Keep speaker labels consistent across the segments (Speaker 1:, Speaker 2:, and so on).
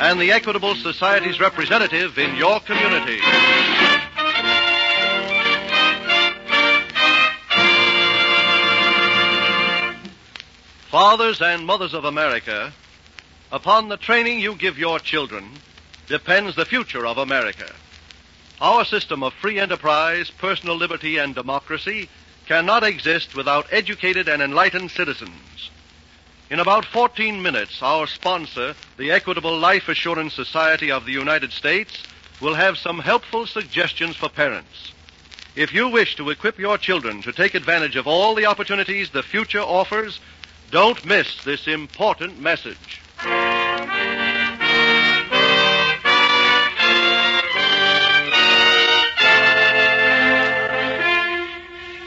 Speaker 1: and the Equitable Society's representative in your community. Fathers and mothers of America, upon the training you give your children depends the future of America. Our system of free enterprise, personal liberty, and democracy cannot exist without educated and enlightened citizens. In about 14 minutes, our sponsor, the Equitable Life Assurance Society of the United States, will have some helpful suggestions for parents. If you wish to equip your children to take advantage of all the opportunities the future offers, don't miss this important message.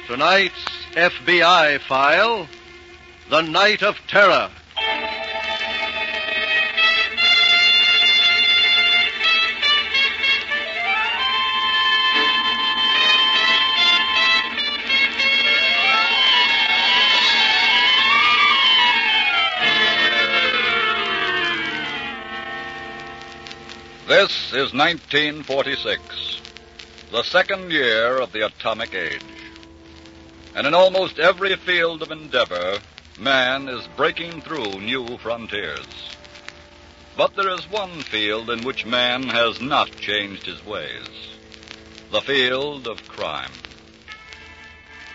Speaker 1: Tonight's FBI file The Night of Terror.
Speaker 2: This is 1946, the second year of the atomic age. And in almost every field of endeavor, man is breaking through new frontiers. But there is one field in which man has not changed his ways the field of crime.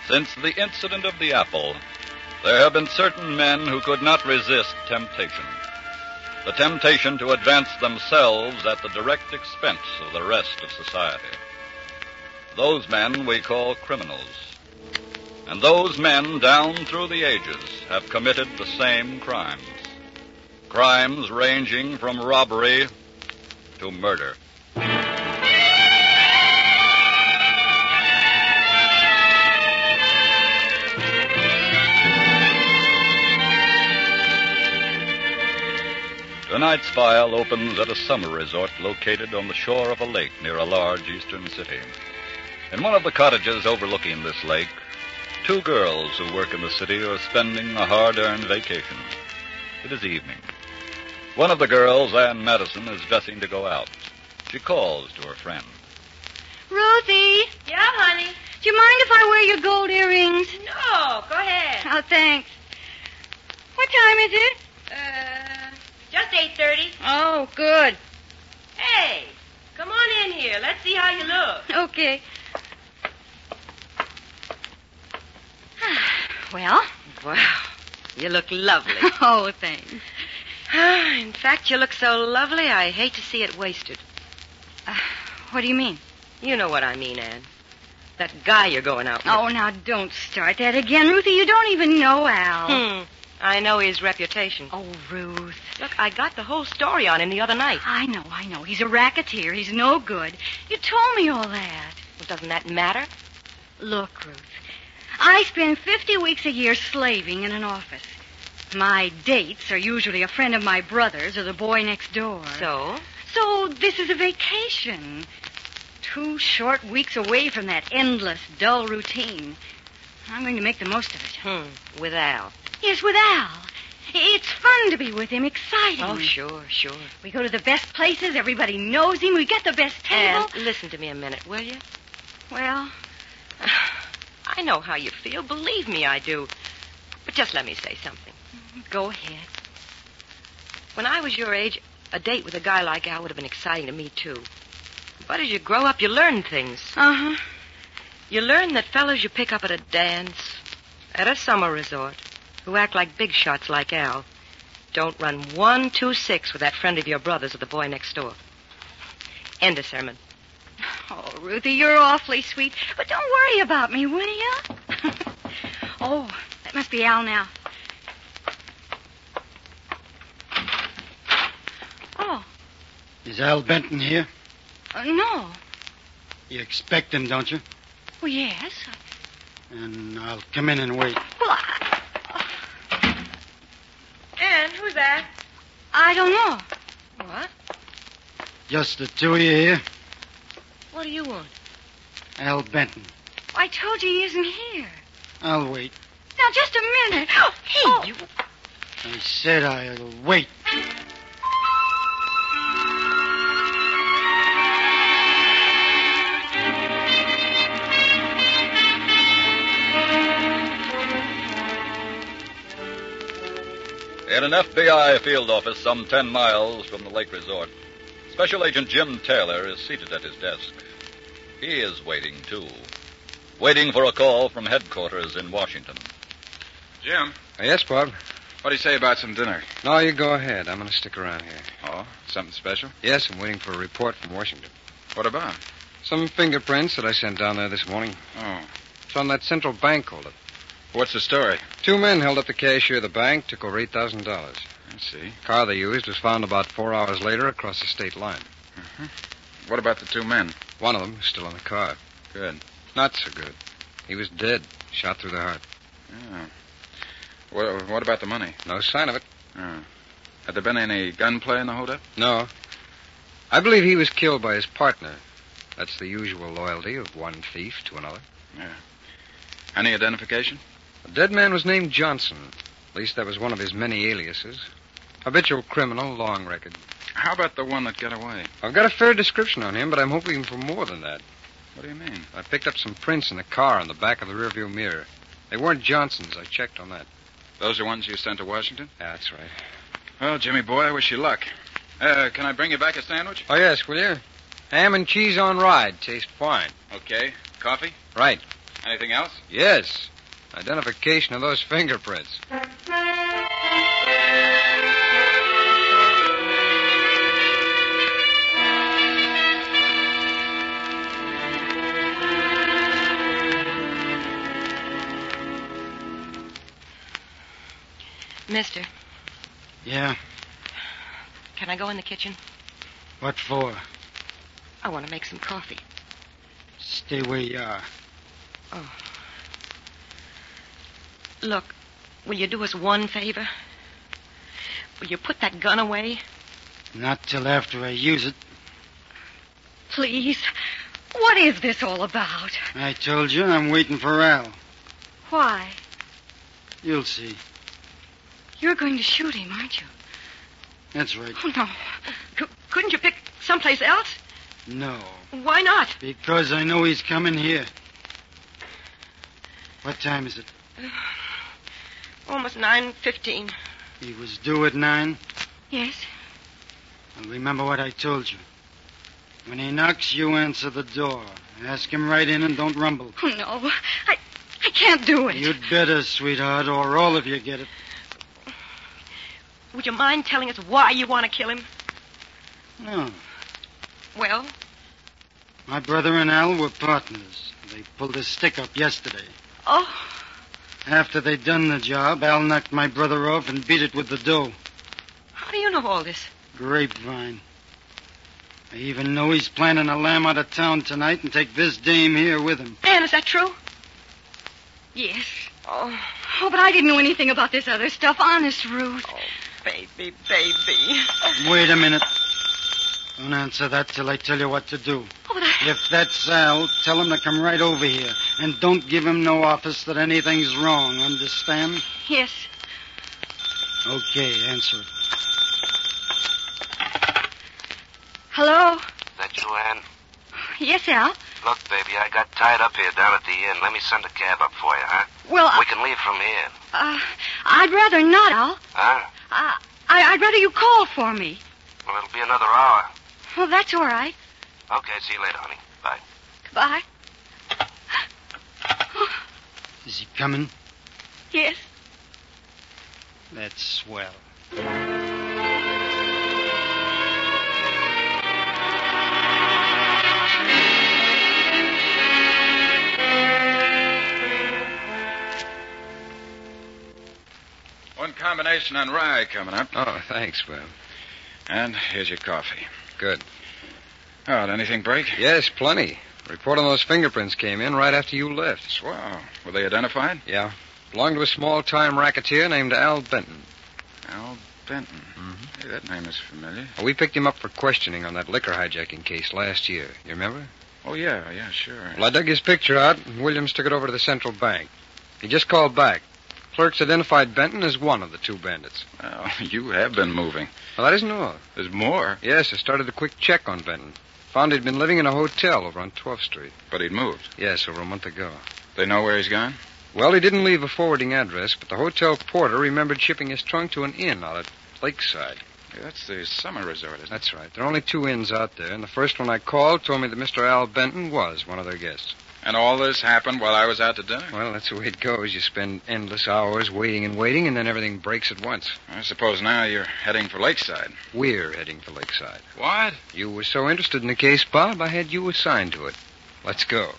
Speaker 2: Since the incident of the apple, there have been certain men who could not resist temptation. The temptation to advance themselves at the direct expense of the rest of society. Those men we call criminals. And those men down through the ages have committed the same crimes. Crimes ranging from robbery to murder. Tonight's file opens at a summer resort located on the shore of a lake near a large eastern city. In one of the cottages overlooking this lake, Two girls who work in the city are spending a hard earned vacation. It is evening. One of the girls, Ann Madison, is dressing to go out. She calls to her friend.
Speaker 3: Ruthie,
Speaker 4: Yeah, honey.
Speaker 3: do you mind if I wear your gold earrings?
Speaker 4: No, go ahead.
Speaker 3: Oh, thanks. What time is it?
Speaker 4: Uh, just eight thirty.
Speaker 3: Oh, good.
Speaker 4: Hey, come on in here. Let's see how you look.
Speaker 3: Okay. well?
Speaker 5: Wow, you look lovely.
Speaker 3: Oh, thanks.
Speaker 5: Ah, In fact, you look so lovely, I hate to see it wasted.
Speaker 3: Uh, what do you mean?
Speaker 5: You know what I mean, Anne. That guy you're going out with.
Speaker 3: Oh, now don't start that again, Ruthie. You don't even know Al.
Speaker 5: Hmm. I know his reputation.
Speaker 3: Oh, Ruth.
Speaker 5: Look, I got the whole story on him the other night.
Speaker 3: I know, I know. He's a racketeer. He's no good. You told me all that.
Speaker 5: Well, doesn't that matter?
Speaker 3: Look, Ruth, I spend 50 weeks a year slaving in an office. My dates are usually a friend of my brother's or the boy next door.
Speaker 5: So?
Speaker 3: So this is a vacation. Two short weeks away from that endless, dull routine. I'm going to make the most of it.
Speaker 5: Hmm. With Al.
Speaker 3: Yes, with Al. It's fun to be with him, exciting.
Speaker 5: Oh, sure, sure.
Speaker 3: We go to the best places, everybody knows him, we get the best table.
Speaker 5: Anne, listen to me a minute, will you?
Speaker 3: Well,
Speaker 5: I know how you feel. Believe me, I do. But just let me say something.
Speaker 3: go ahead.
Speaker 5: When I was your age, a date with a guy like Al would have been exciting to me, too. But as you grow up, you learn things.
Speaker 3: Uh-huh.
Speaker 5: You learn that fellows you pick up at a dance, at a summer resort, who act like big shots like Al, don't run one two six with that friend of your brother's or the boy next door. End of sermon.
Speaker 3: Oh, Ruthie, you're awfully sweet. But don't worry about me, will you? oh, that must be Al now. Oh,
Speaker 6: Is Al Benton here?
Speaker 3: Uh, no.
Speaker 6: You expect him, don't you?
Speaker 3: Well, yes.
Speaker 6: And I'll come in and wait.
Speaker 3: Well, I,
Speaker 4: And who's that?
Speaker 3: I don't know.
Speaker 5: What?
Speaker 6: Just the two of you here?
Speaker 5: What do you want?
Speaker 6: Al Benton.
Speaker 3: I told you he isn't here.
Speaker 6: I'll wait.
Speaker 3: Now, just a minute. hey,
Speaker 5: you-
Speaker 6: I said I'll wait.
Speaker 2: In an FBI field office some 10 miles from the lake resort, Special Agent Jim Taylor is seated at his desk. He is waiting, too. Waiting for a call from headquarters in Washington.
Speaker 7: Jim,
Speaker 8: Yes, Bob.
Speaker 7: what do you say about some dinner?
Speaker 8: No, you go ahead. I'm going to stick around here.
Speaker 7: Oh, something special?
Speaker 8: Yes, I'm waiting for a report from Washington.
Speaker 7: What about?
Speaker 8: Some fingerprints that I sent down there this morning.
Speaker 7: Oh,
Speaker 8: It's on that central bank holdup.
Speaker 7: what's the story?
Speaker 8: Two men held up the cashier of the bank, took over $8,000.
Speaker 7: I see.
Speaker 8: The car they used was found about four hours later across the state line.
Speaker 7: What about the two men?
Speaker 8: One of them is still in the car.
Speaker 7: Good.
Speaker 8: Not so good. He was dead, shot through the heart.
Speaker 7: Yeah. What, what about the money?
Speaker 8: No sign of it.
Speaker 7: Oh. Had there been any gunplay in the holdup?
Speaker 8: No. I believe he was killed by his partner. That's the usual loyalty of one thief to another.
Speaker 7: Any identification?
Speaker 8: The dead man was named Johnson. At least that was one of his many aliases. Habitual criminal, long record.
Speaker 7: How about the one that got away?
Speaker 8: I've got a fair description on him, but I'm hoping for more than that.
Speaker 7: What do you mean?
Speaker 8: I picked up some prints in the car on the back of the rearview mirror. They weren't Johnson's. I checked on that.
Speaker 7: Those are ones you sent to Washington?
Speaker 8: Yeah, Ah, that's right.
Speaker 7: Well, Jimmy boy, I wish you luck. Uh, can I bring you back a sandwich?
Speaker 8: Oh, yes, will you? Ham and cheese on ride. Taste fine.
Speaker 7: Okay. Coffee?
Speaker 8: Right.
Speaker 7: Anything else?
Speaker 8: Yes. Identification of those fingerprints.
Speaker 5: Mister,
Speaker 6: Yeah.
Speaker 5: can I go in the kitchen?
Speaker 6: What for?
Speaker 5: I want to make some coffee.
Speaker 6: Stay where you are.
Speaker 5: Look, will you do us one favor? Will you put that gun away?
Speaker 6: Not till after I use it.
Speaker 3: please. What is this all about?
Speaker 6: I told you I'm waiting for Al.
Speaker 3: Why?
Speaker 6: You'll see.
Speaker 3: You're going to shoot him, aren't you?
Speaker 6: That's right.
Speaker 3: Oh, no.
Speaker 5: C- couldn't you pick someplace else?
Speaker 6: No.
Speaker 5: Why not?
Speaker 6: Because I know he's coming here. What time is it?
Speaker 5: Almost nine fifteen.
Speaker 6: He was due at nine.
Speaker 3: Yes.
Speaker 6: Well, remember what I told you. When he knocks, you answer the door. Ask him right in and don't rumble.
Speaker 3: Oh, no. I, I can't do it.
Speaker 6: You'd better, sweetheart, or all of you get it.
Speaker 5: Would you mind telling us why you want to kill him?
Speaker 6: No.
Speaker 5: Well,
Speaker 6: My brother and Al were partners. They pulled a stick up yesterday.
Speaker 5: oh,
Speaker 6: After they'd done the job, Al knocked my brother off and beat it with the dough.
Speaker 5: how do you know all this?
Speaker 6: Grapevine. I even know he's planning a lamb out of town tonight and take this dame here with him.
Speaker 5: Anne, is that true?
Speaker 3: Yes.
Speaker 5: Oh,
Speaker 3: Oh, but I didn't know anything about this other stuff. Honest, Ruth.
Speaker 5: Oh, baby, baby.
Speaker 6: Wait a minute. Don't answer that till I tell you what to do.
Speaker 3: Oh, but I...
Speaker 6: If that's Al, tell him to come right over here. And don't give him no office that anything's wrong, understand?
Speaker 3: Yes.
Speaker 6: Okay, answer it.
Speaker 3: Hello?
Speaker 9: That you, Ann?
Speaker 3: Yes, Al?
Speaker 9: Look, baby, I got tied up here down at the inn. Let me send a cab up for you, huh?
Speaker 3: Well,
Speaker 9: We can leave from here,
Speaker 3: uh, I'd rather not, Al.
Speaker 5: Ah.
Speaker 9: huh?
Speaker 3: Uh, I, I'd rather you call for me.
Speaker 9: Well, it'll be another hour.
Speaker 3: Well, that's all right.
Speaker 9: Okay, see you later, honey. Bye.
Speaker 3: Goodbye.
Speaker 6: Is he coming?
Speaker 3: Yes.
Speaker 6: That's swell.
Speaker 7: One combination on rye coming up.
Speaker 8: Oh, thanks, Bob.
Speaker 7: And here's your coffee.
Speaker 8: Good.
Speaker 7: All right, anything break?
Speaker 8: Yes, plenty. Report on those fingerprints came in right after you left.
Speaker 7: Swell. Were they identified?
Speaker 8: Yeah. Belonged to a small time racketeer named Al Benton.
Speaker 7: Al Benton.
Speaker 8: Mm-hmm.
Speaker 7: Hey, that name is familiar.
Speaker 8: We picked him up for questioning on that liquor hijacking case last year. You remember?
Speaker 7: Oh, yeah, yeah, sure.
Speaker 8: Well, I dug his picture out, and Williams took it over to the central bank. He just called back. Clerks identified Benton as one of the two bandits.
Speaker 7: Well, you have been moving.
Speaker 8: Well, that isn't all.
Speaker 7: There's more.
Speaker 8: Yes, I started a quick check on Benton. Found he'd been living in a hotel over on 12th Street.
Speaker 7: But he'd moved.
Speaker 8: Yes, over a month ago.
Speaker 7: They know where he's gone?
Speaker 8: Well, he didn't leave a forwarding address, but the hotel porter remembered shipping his trunk to an inn out at Lakeside.
Speaker 7: Yeah, that's the summer resort, isn't it?
Speaker 8: That's right. There are only two inns out there, and the first one I called told me that Mr. Al Benton was one of their guests.
Speaker 7: And all this happened while I was out to dinner?
Speaker 8: Well, that's the way it goes. You spend endless hours waiting and waiting, and then everything breaks at once.
Speaker 7: I suppose now you're heading for Lakeside.
Speaker 8: We're heading for Lakeside.
Speaker 7: What?
Speaker 8: You were so interested in the case, Bob, I had you assigned to it. Let's go.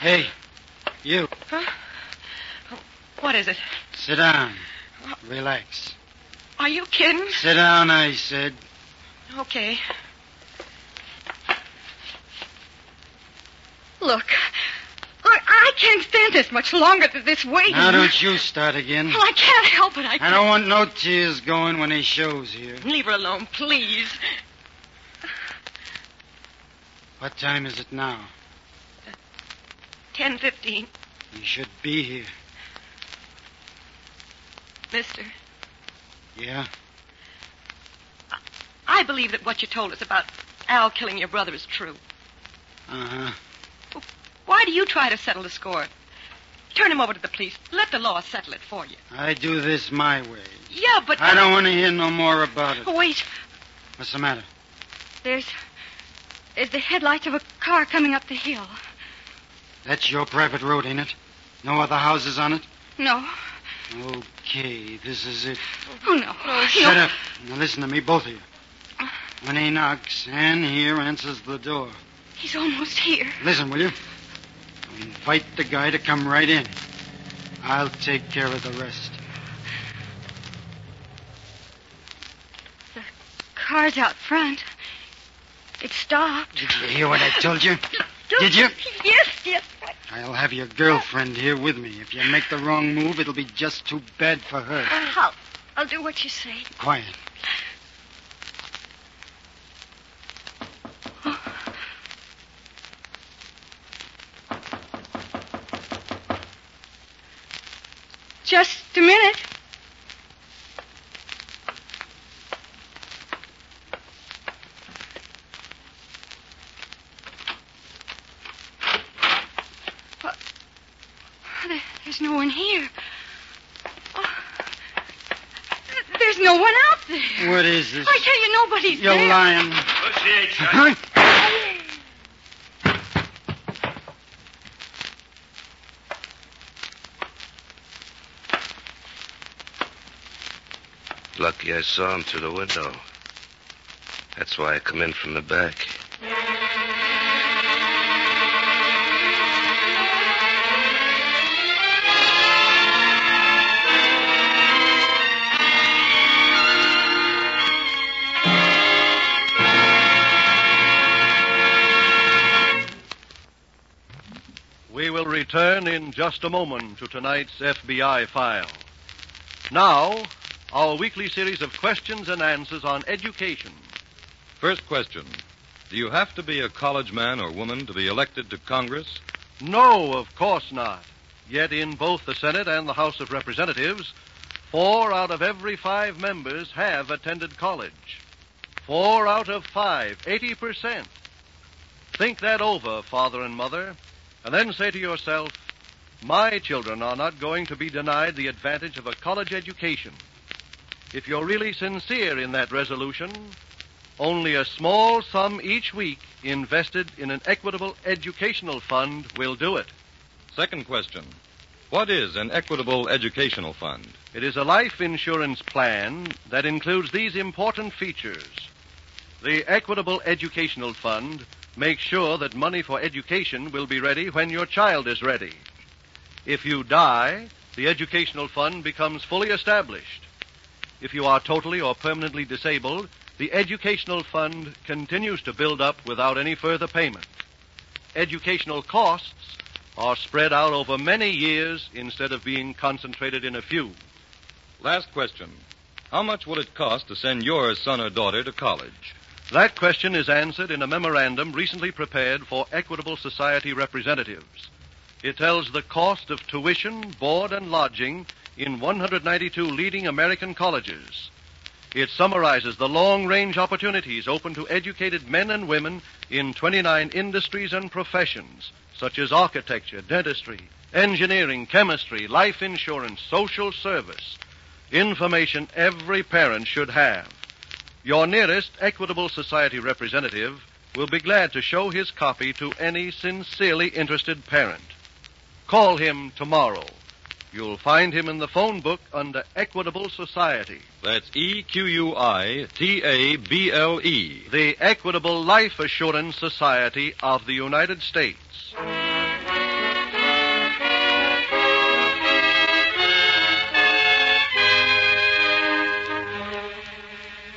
Speaker 6: Hey, you,
Speaker 5: What is it?
Speaker 6: sit down. Relax.
Speaker 5: Are you kidding?
Speaker 6: Sit down, I said.
Speaker 5: Okay.
Speaker 3: Look, look, I can't stand this much longer than this waiting.
Speaker 6: Now don't you start again.
Speaker 3: Well, I can't help it. I,
Speaker 6: I don't want no tears going when he shows here.
Speaker 5: Leave her alone, please.
Speaker 6: What time is it now?
Speaker 5: Ten fifteen,
Speaker 6: He should be here.
Speaker 5: Mister.
Speaker 6: Yeah?
Speaker 5: I believe that what you told us about Al killing your brother is true.
Speaker 6: Uh-huh.
Speaker 5: Why do you try to settle the score? Turn him over to the police. Let the law settle it for you.
Speaker 6: I do this my way.
Speaker 5: Yeah, but
Speaker 6: I don't want to hear no more about it.
Speaker 3: Oh, wait.
Speaker 6: What's the matter?
Speaker 3: There's, there's the headlights of a car coming up the hill.
Speaker 6: That's your private road, ain't it? No other houses on it?
Speaker 3: No.
Speaker 6: Okay, this is it.
Speaker 3: Oh, no.
Speaker 6: Shut up. Now listen to me, both of you. When he knocks, Ann here answers the door.
Speaker 3: He's almost here.
Speaker 6: Listen, will you? Invite the guy to come right in. I'll take care of the rest.
Speaker 3: Car's out front. It stopped.
Speaker 6: Did you hear what I told you? Did you?
Speaker 3: Yes, yes.
Speaker 6: I'll have your girlfriend here with me. If you make the wrong move, it'll be just too bad for her.
Speaker 3: I'll, I'll do what you say.
Speaker 6: Quiet.
Speaker 3: Just a minute. But there- There's no one here. Oh, th- There's no one out there.
Speaker 6: What is this?
Speaker 3: I tell you, nobody's
Speaker 6: You're
Speaker 3: there.
Speaker 6: lying. Huh?
Speaker 9: Lucky I saw him through the window. That's why I come in from the back.
Speaker 1: We will return in just a moment to tonight's FBI file. Now, our weekly series of questions and answers on education.
Speaker 2: First question Do you have to be a college man or woman to be elected to Congress?
Speaker 1: No, of course not. Yet in both the Senate and the House of Representatives, four out of every five members have attended college. Four out of five, 80%. Think that over, father and mother, and then say to yourself, my children are not going to be denied the advantage of a college education. If you're really sincere in that resolution, only a small sum each week invested in an equitable educational fund will do it.
Speaker 2: Second question
Speaker 10: What is an equitable educational fund?
Speaker 1: It is a life insurance plan that includes these important features. The Equitable Educational Fund makes sure that money for education will be ready when your child is ready. If you die, the educational fund becomes fully established. If you are totally or permanently disabled, the educational fund continues to build up without any further payment. Educational costs are spread out over many years instead of being concentrated in a few.
Speaker 10: Last question. How much will it cost to send your son or daughter to college?
Speaker 1: That question is answered in a memorandum recently prepared for Equitable Society representatives. It tells the cost of tuition, board, and lodging in 192 leading American colleges. It summarizes the long range opportunities open to educated men and women in 29 industries and professions, such as architecture, dentistry, engineering, chemistry, life insurance, social service. Information every parent should have. Your nearest Equitable Society representative will be glad to show his copy to any sincerely interested parent. Call him tomorrow. You'll find him in the phone book under Equitable Society.
Speaker 10: That's E Q U I T A B L E.
Speaker 1: the Equitable Life Assurance Society of the United States.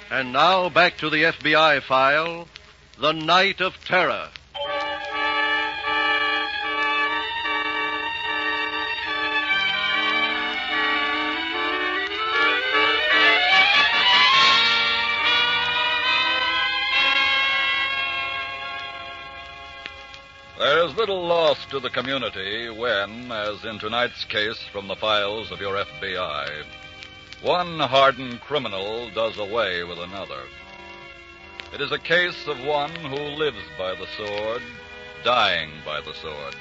Speaker 1: And now back to the FBI file The Night of Terror.
Speaker 2: There is little loss to the community when, as in tonight's case from the files of your FBI, one hardened criminal does away with another. It is a case of one who lives by the sword, dying by the sword.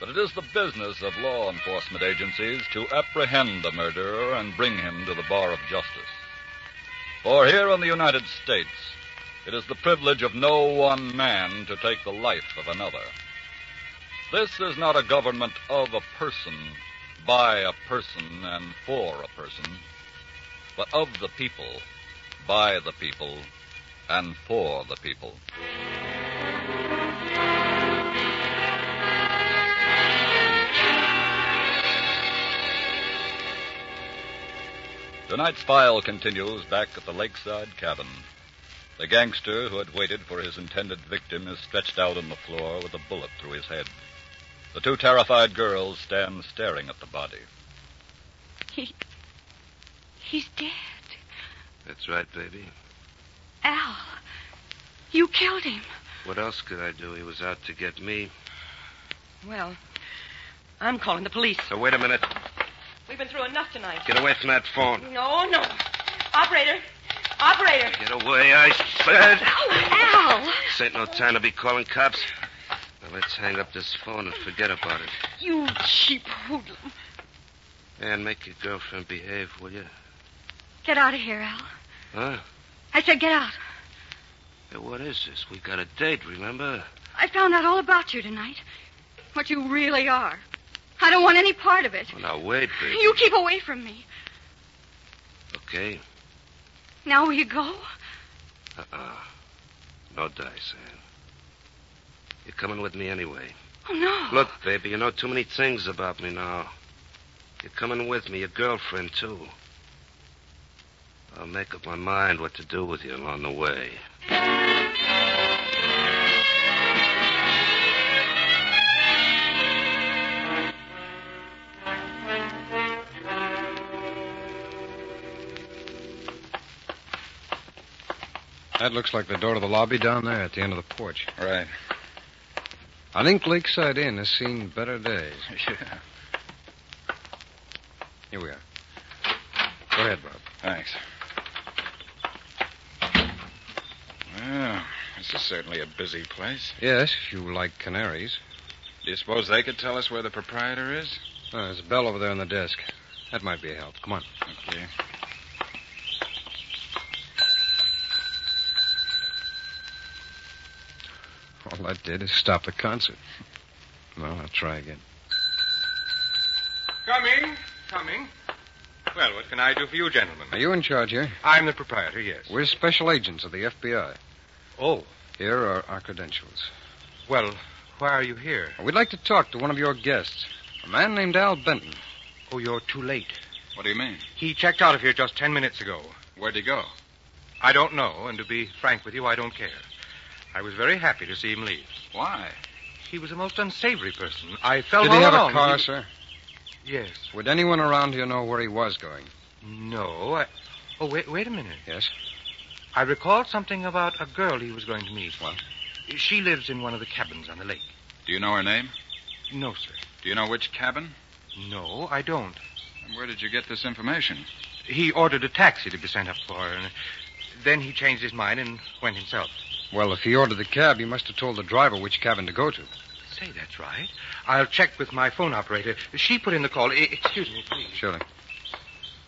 Speaker 2: But it is the business of law enforcement agencies to apprehend the murderer and bring him to the bar of justice. For here in the United States, it is the privilege of no one man to take the life of another. This is not a government of a person, by a person, and for a person, but of the people, by the people, and for the people. Tonight's file continues back at the lakeside cabin. The gangster who had waited for his intended victim is stretched out on the floor with a bullet through his head. The two terrified girls stand staring at the body.
Speaker 11: He. He's dead.
Speaker 9: That's right, baby.
Speaker 11: Al. You killed him.
Speaker 9: What else could I do? He was out to get me.
Speaker 5: Well, I'm calling the police.
Speaker 9: So wait a minute.
Speaker 4: We've been through enough tonight.
Speaker 9: Get away from that phone.
Speaker 4: No, no. Operator. Operator.
Speaker 9: Get away, I said.
Speaker 11: Al!
Speaker 9: This ain't no time to be calling cops. Now let's hang up this phone and forget about it.
Speaker 11: You cheap hoodlum.
Speaker 9: And make your girlfriend behave, will you?
Speaker 3: Get out of here, Al.
Speaker 9: Huh?
Speaker 3: I said get out.
Speaker 9: Hey, what is this? We got a date, remember?
Speaker 3: I found out all about you tonight. What you really are. I don't want any part of it.
Speaker 9: Well, now wait, baby.
Speaker 3: You keep away from me.
Speaker 9: Okay.
Speaker 3: Now will you go?
Speaker 9: Uh-uh. No die, Sam. You're coming with me anyway.
Speaker 3: Oh, no.
Speaker 9: Look, baby, you know too many things about me now. You're coming with me, your girlfriend, too. I'll make up my mind what to do with you along the way.
Speaker 8: That looks like the door to the lobby down there at the end of the porch.
Speaker 7: Right.
Speaker 8: I think Lakeside Inn has seen better days.
Speaker 7: Yeah.
Speaker 8: Here we are. Go ahead, Bob.
Speaker 7: Thanks. Well, this is certainly a busy place.
Speaker 8: Yes, if you like canaries.
Speaker 7: Do you suppose they could tell us where the proprietor is?
Speaker 8: Oh, there's a bell over there on the desk. That might be a help. Come on.
Speaker 7: Okay.
Speaker 8: All that did is stop the concert. Well, I'll try again.
Speaker 12: Coming, coming. Well, what can I do for you, gentlemen?
Speaker 8: Are you in charge here?
Speaker 12: I'm the proprietor, yes.
Speaker 8: We're special agents of the FBI.
Speaker 12: Oh.
Speaker 8: Here are our credentials.
Speaker 12: Well, why are you here?
Speaker 8: We'd like to talk to one of your guests, a man named Al Benton.
Speaker 12: Oh, you're too late.
Speaker 7: What do you mean?
Speaker 12: He checked out of here just ten minutes ago.
Speaker 7: Where'd he go?
Speaker 12: I don't know, and to be frank with you, I don't care. I was very happy to see him leave.
Speaker 7: Why?
Speaker 12: He was a most unsavory person. I felt
Speaker 8: Did
Speaker 12: all
Speaker 8: he have
Speaker 12: along
Speaker 8: a car,
Speaker 12: he-
Speaker 8: sir?
Speaker 12: Yes.
Speaker 8: Would anyone around here know where he was going?
Speaker 12: No, I... Oh, wait, wait a minute.
Speaker 8: Yes?
Speaker 12: I recalled something about a girl he was going to meet.
Speaker 8: What?
Speaker 12: She lives in one of the cabins on the lake.
Speaker 7: Do you know her name?
Speaker 12: No, sir.
Speaker 7: Do you know which cabin?
Speaker 12: No, I don't.
Speaker 7: And where did you get this information?
Speaker 12: He ordered a taxi to be sent up for her, and then he changed his mind and went himself.
Speaker 8: Well, if he ordered the cab, he must have told the driver which cabin to go to.
Speaker 12: Say, that's right. I'll check with my phone operator. She put in the call. E- excuse me, please.
Speaker 8: Surely.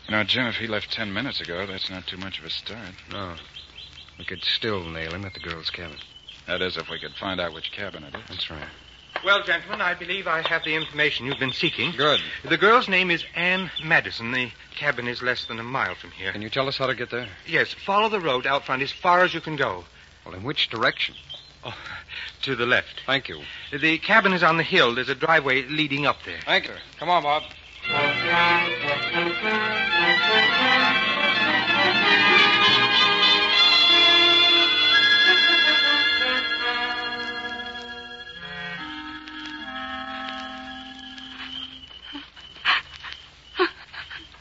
Speaker 7: You know, Jim, if he left ten minutes ago, that's not too much of a start.
Speaker 8: No. We could still nail him at the girl's cabin.
Speaker 7: That is, if we could find out which cabin it is.
Speaker 8: That's right.
Speaker 12: Well, gentlemen, I believe I have the information you've been
Speaker 7: Hmm?
Speaker 12: seeking.
Speaker 8: Good.
Speaker 12: The girl's name is Anne Madison. The cabin is less than a mile from here.
Speaker 8: Can you tell us how to get there?
Speaker 12: Yes, follow the road out front as far as you can go.
Speaker 8: Well, in which direction?
Speaker 12: Oh, to the left.
Speaker 8: Thank you.
Speaker 12: The cabin is on the hill. There's a driveway leading up there.
Speaker 8: Thank you. Come on, Bob.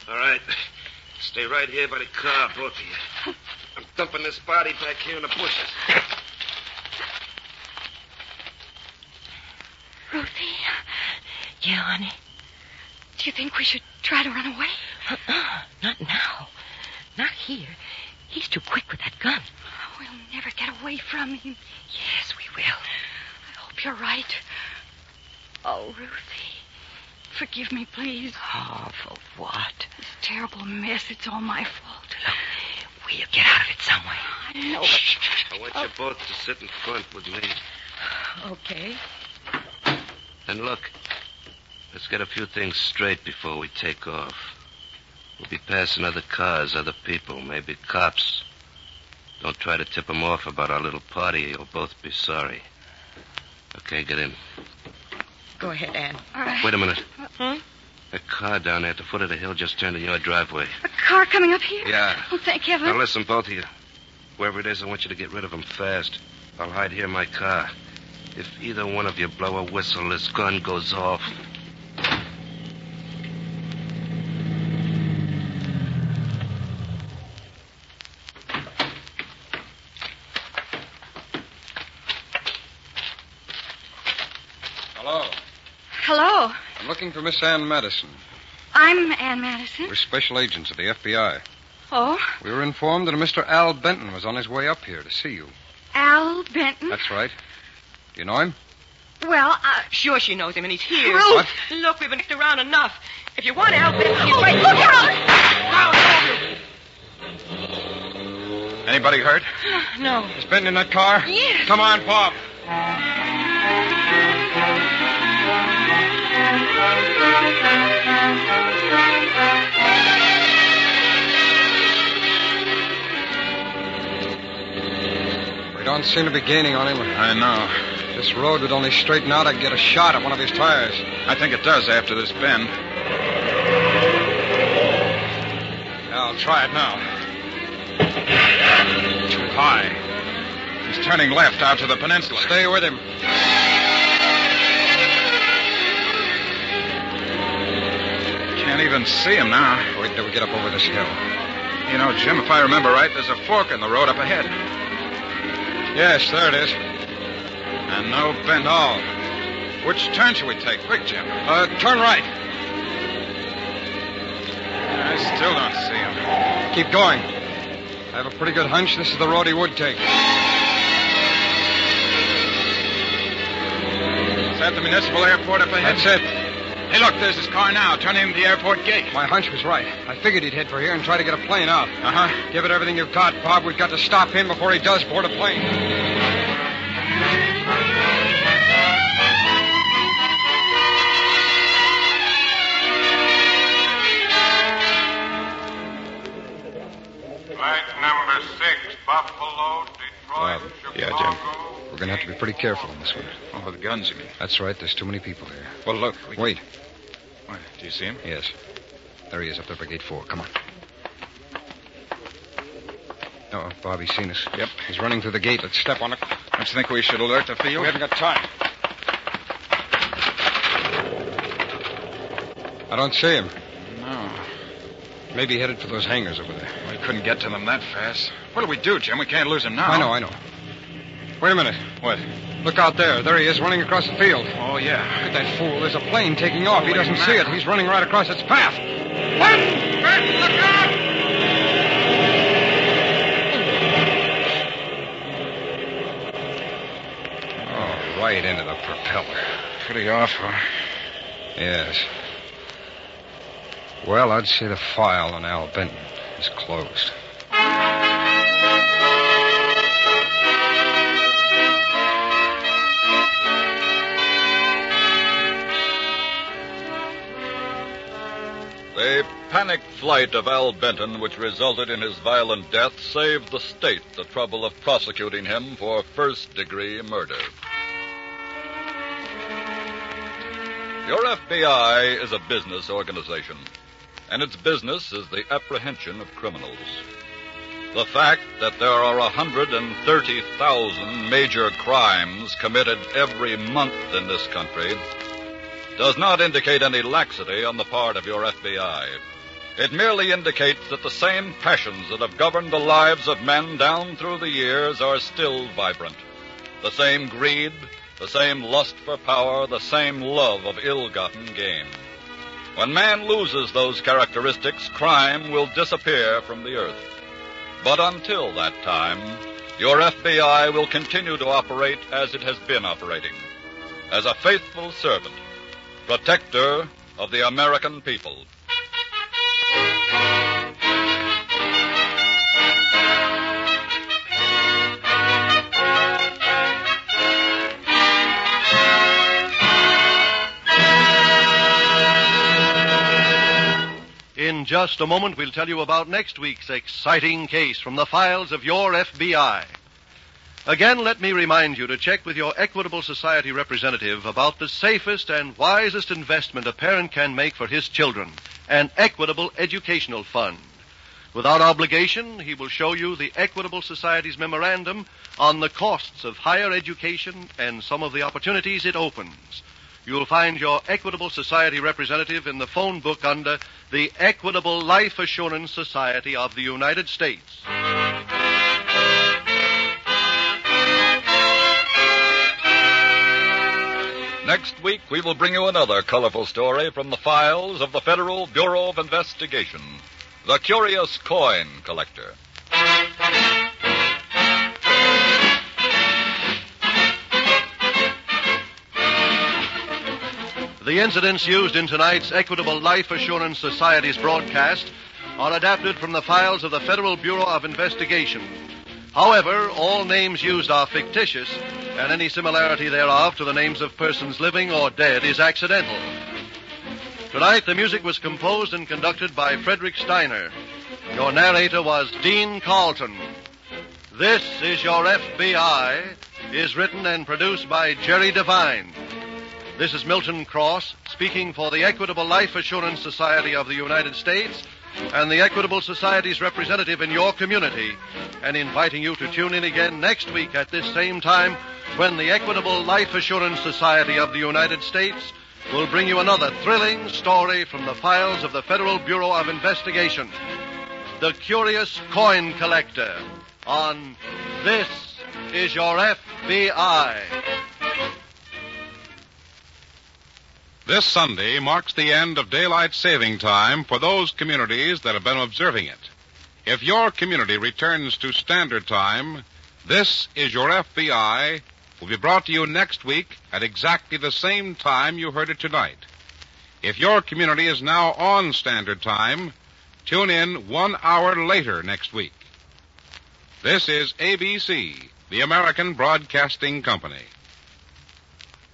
Speaker 9: All right. Stay right here by the car, both of you. I'm dumping this body back here in the bushes.
Speaker 11: Ruthie.
Speaker 5: Yeah, honey.
Speaker 11: Do you think we should try to run away?
Speaker 5: uh, Not now. Not here. He's too quick with that gun.
Speaker 11: We'll never get away from him.
Speaker 5: Yes, we will.
Speaker 11: I hope you're right. Oh, Ruthie. Forgive me, please.
Speaker 5: Oh, for what?
Speaker 11: This terrible mess. It's all my fault.
Speaker 5: We'll get out of it some way.
Speaker 11: I know.
Speaker 9: I want you both to sit in front with me.
Speaker 5: Okay.
Speaker 9: And look, let's get a few things straight before we take off. We'll be passing other cars, other people, maybe cops. Don't try to tip 'em off about our little party. You'll both be sorry. Okay, get in.
Speaker 5: Go ahead, Anne.
Speaker 11: All right.
Speaker 9: Wait a minute.
Speaker 5: Hmm?
Speaker 9: That car down there at the foot of the hill just turned in your driveway.
Speaker 11: A car coming up here?
Speaker 9: Yeah.
Speaker 11: Oh, thank heaven.
Speaker 9: Now listen, both of you. Whoever it is, I want you to get rid of him fast. I'll hide here in my car. If either one of you blow a whistle, this gun goes off.
Speaker 8: Hello.
Speaker 11: Hello.
Speaker 8: I'm looking for Miss Ann Madison.
Speaker 11: I'm Ann Madison.
Speaker 3: Hmm?
Speaker 8: We're special agents of the FBI.
Speaker 11: Oh,
Speaker 8: We were informed that a Mr. Al Benton was on his way up here to see you.
Speaker 11: Al
Speaker 3: Hmm?
Speaker 11: Benton.
Speaker 8: That's right. Do you know him?
Speaker 11: Well, I...
Speaker 5: Sure she knows him, and he's here.
Speaker 11: Ruth!
Speaker 8: What?
Speaker 5: Look, we've been kicked around enough. If you want Al Benton, he's
Speaker 11: Oh,
Speaker 5: right
Speaker 11: look out!
Speaker 7: Anybody hurt?
Speaker 5: No.
Speaker 8: Is Benton in that car?
Speaker 5: Yes.
Speaker 8: Come on, Bob. We don't seem to be gaining on him.
Speaker 7: I know.
Speaker 8: This road would only straighten out. I'd get a shot at one of his tires.
Speaker 7: I think it does after this bend.
Speaker 8: Now, I'll try it now.
Speaker 7: Too high. He's turning left out to the peninsula.
Speaker 8: Stay with him.
Speaker 7: Can't even see him now.
Speaker 8: Wait till we get up over this hill.
Speaker 7: You know, Jim, if I remember right, there's a fork in the road up ahead.
Speaker 8: Yes, there it is.
Speaker 7: And no bend.
Speaker 8: No.
Speaker 7: Which turn should we take? Quick, Jim.
Speaker 8: Uh, turn right.
Speaker 7: I still don't see him.
Speaker 8: Keep going. I have a pretty good hunch this is the road he would take.
Speaker 7: Is that the municipal airport up ahead?
Speaker 8: That's it.
Speaker 7: Hey, look, there's his car now, turning into the airport gate.
Speaker 8: My hunch was right. I figured he'd head for here and try to get a plane out.
Speaker 7: Uh huh.
Speaker 8: Give it everything you've got, Bob. We've got to stop him before he does board a plane.
Speaker 11: Well,
Speaker 13: Flight number six, Buffalo, Detroit,
Speaker 8: Um, Yeah, Jim. We're going to have to be pretty careful on this one.
Speaker 7: Oh, the guns, you mean?
Speaker 8: That's right. There's too many people here.
Speaker 7: Well, look. We...
Speaker 8: Wait.
Speaker 7: What, do you see him?
Speaker 8: Yes. There he is up there by gate four. Come on. Oh, Bobby's seen us. Yep. He's running through the gate. Let's step on it.
Speaker 7: Don't you think we should alert the field?
Speaker 8: We haven't got time. I don't see him.
Speaker 7: No.
Speaker 8: Maybe headed for those hangars over there.
Speaker 7: We couldn't get to them that fast. What'll we do, Jim? We can't lose him now.
Speaker 8: I know, I know. Wait a minute.
Speaker 7: What?
Speaker 8: Look out there. There he is running across the field.
Speaker 7: Oh, yeah.
Speaker 8: Look at that fool. There's a plane taking off. he doesn't see it. He's running right across its path. Oh, right into the propeller.
Speaker 7: Pretty awful.
Speaker 8: Yes. Well, I'd say the file on Al Benton is closed.
Speaker 2: The panicked flight of Al Benton, which resulted in his violent death, saved the state the trouble of prosecuting him for first degree murder. Your FBI is a business organization, and its business is the apprehension of criminals. The fact that there are 130,000 major crimes committed every month in this country does not indicate any laxity on the part of your FBI. It merely indicates that the same passions that have governed the lives of men down through the years are still vibrant. The same greed, the same lust for power, the same love of ill-gotten gain. When man loses those characteristics, crime will disappear from the earth. But until that time, your FBI will continue to operate as it has been operating, as a faithful servant protector of the American people.
Speaker 1: In just a moment, we'll tell you about next week's exciting case from the files of your FBI. Again, let me remind you to check with your Equitable Society representative about the safest and wisest investment a parent can make for his children an Equitable Educational Fund. Without obligation, he will show you the Equitable Society's memorandum on the costs of higher education and some of the opportunities it opens. You'll find your Equitable Society representative in the phone book under the Equitable Life Assurance Society of the United States.
Speaker 2: Next week, we will bring you another colorful story from the files of the Federal Bureau of Investigation The Curious Coin Collector.
Speaker 1: The incidents used in tonight's Equitable Life Assurance Society's broadcast are adapted from the files of the Federal Bureau of Investigation. However, all names used are fictitious, and any similarity thereof to the names of persons living or dead is accidental. Tonight, the music was composed and conducted by Frederick Steiner. Your narrator was Dean Carlton. This is Your FBI is written and produced by Jerry Devine. This is Milton Cross speaking for the Equitable Life Assurance Society of the United States and the Equitable Society's representative in your community and inviting you to tune in again next week at this same time when the Equitable Life Assurance Society of the United States will bring you another thrilling story from the files of the Federal Bureau of Investigation. The Curious Coin Collector on This is Your FBI.
Speaker 14: This Sunday marks the end of daylight saving time for those communities that have been observing it. If your community returns to standard time, this is your FBI will be brought to you next week at exactly the same time you heard it tonight. If your community is now on standard time, tune in one hour later next week. This is ABC, the American Broadcasting Company.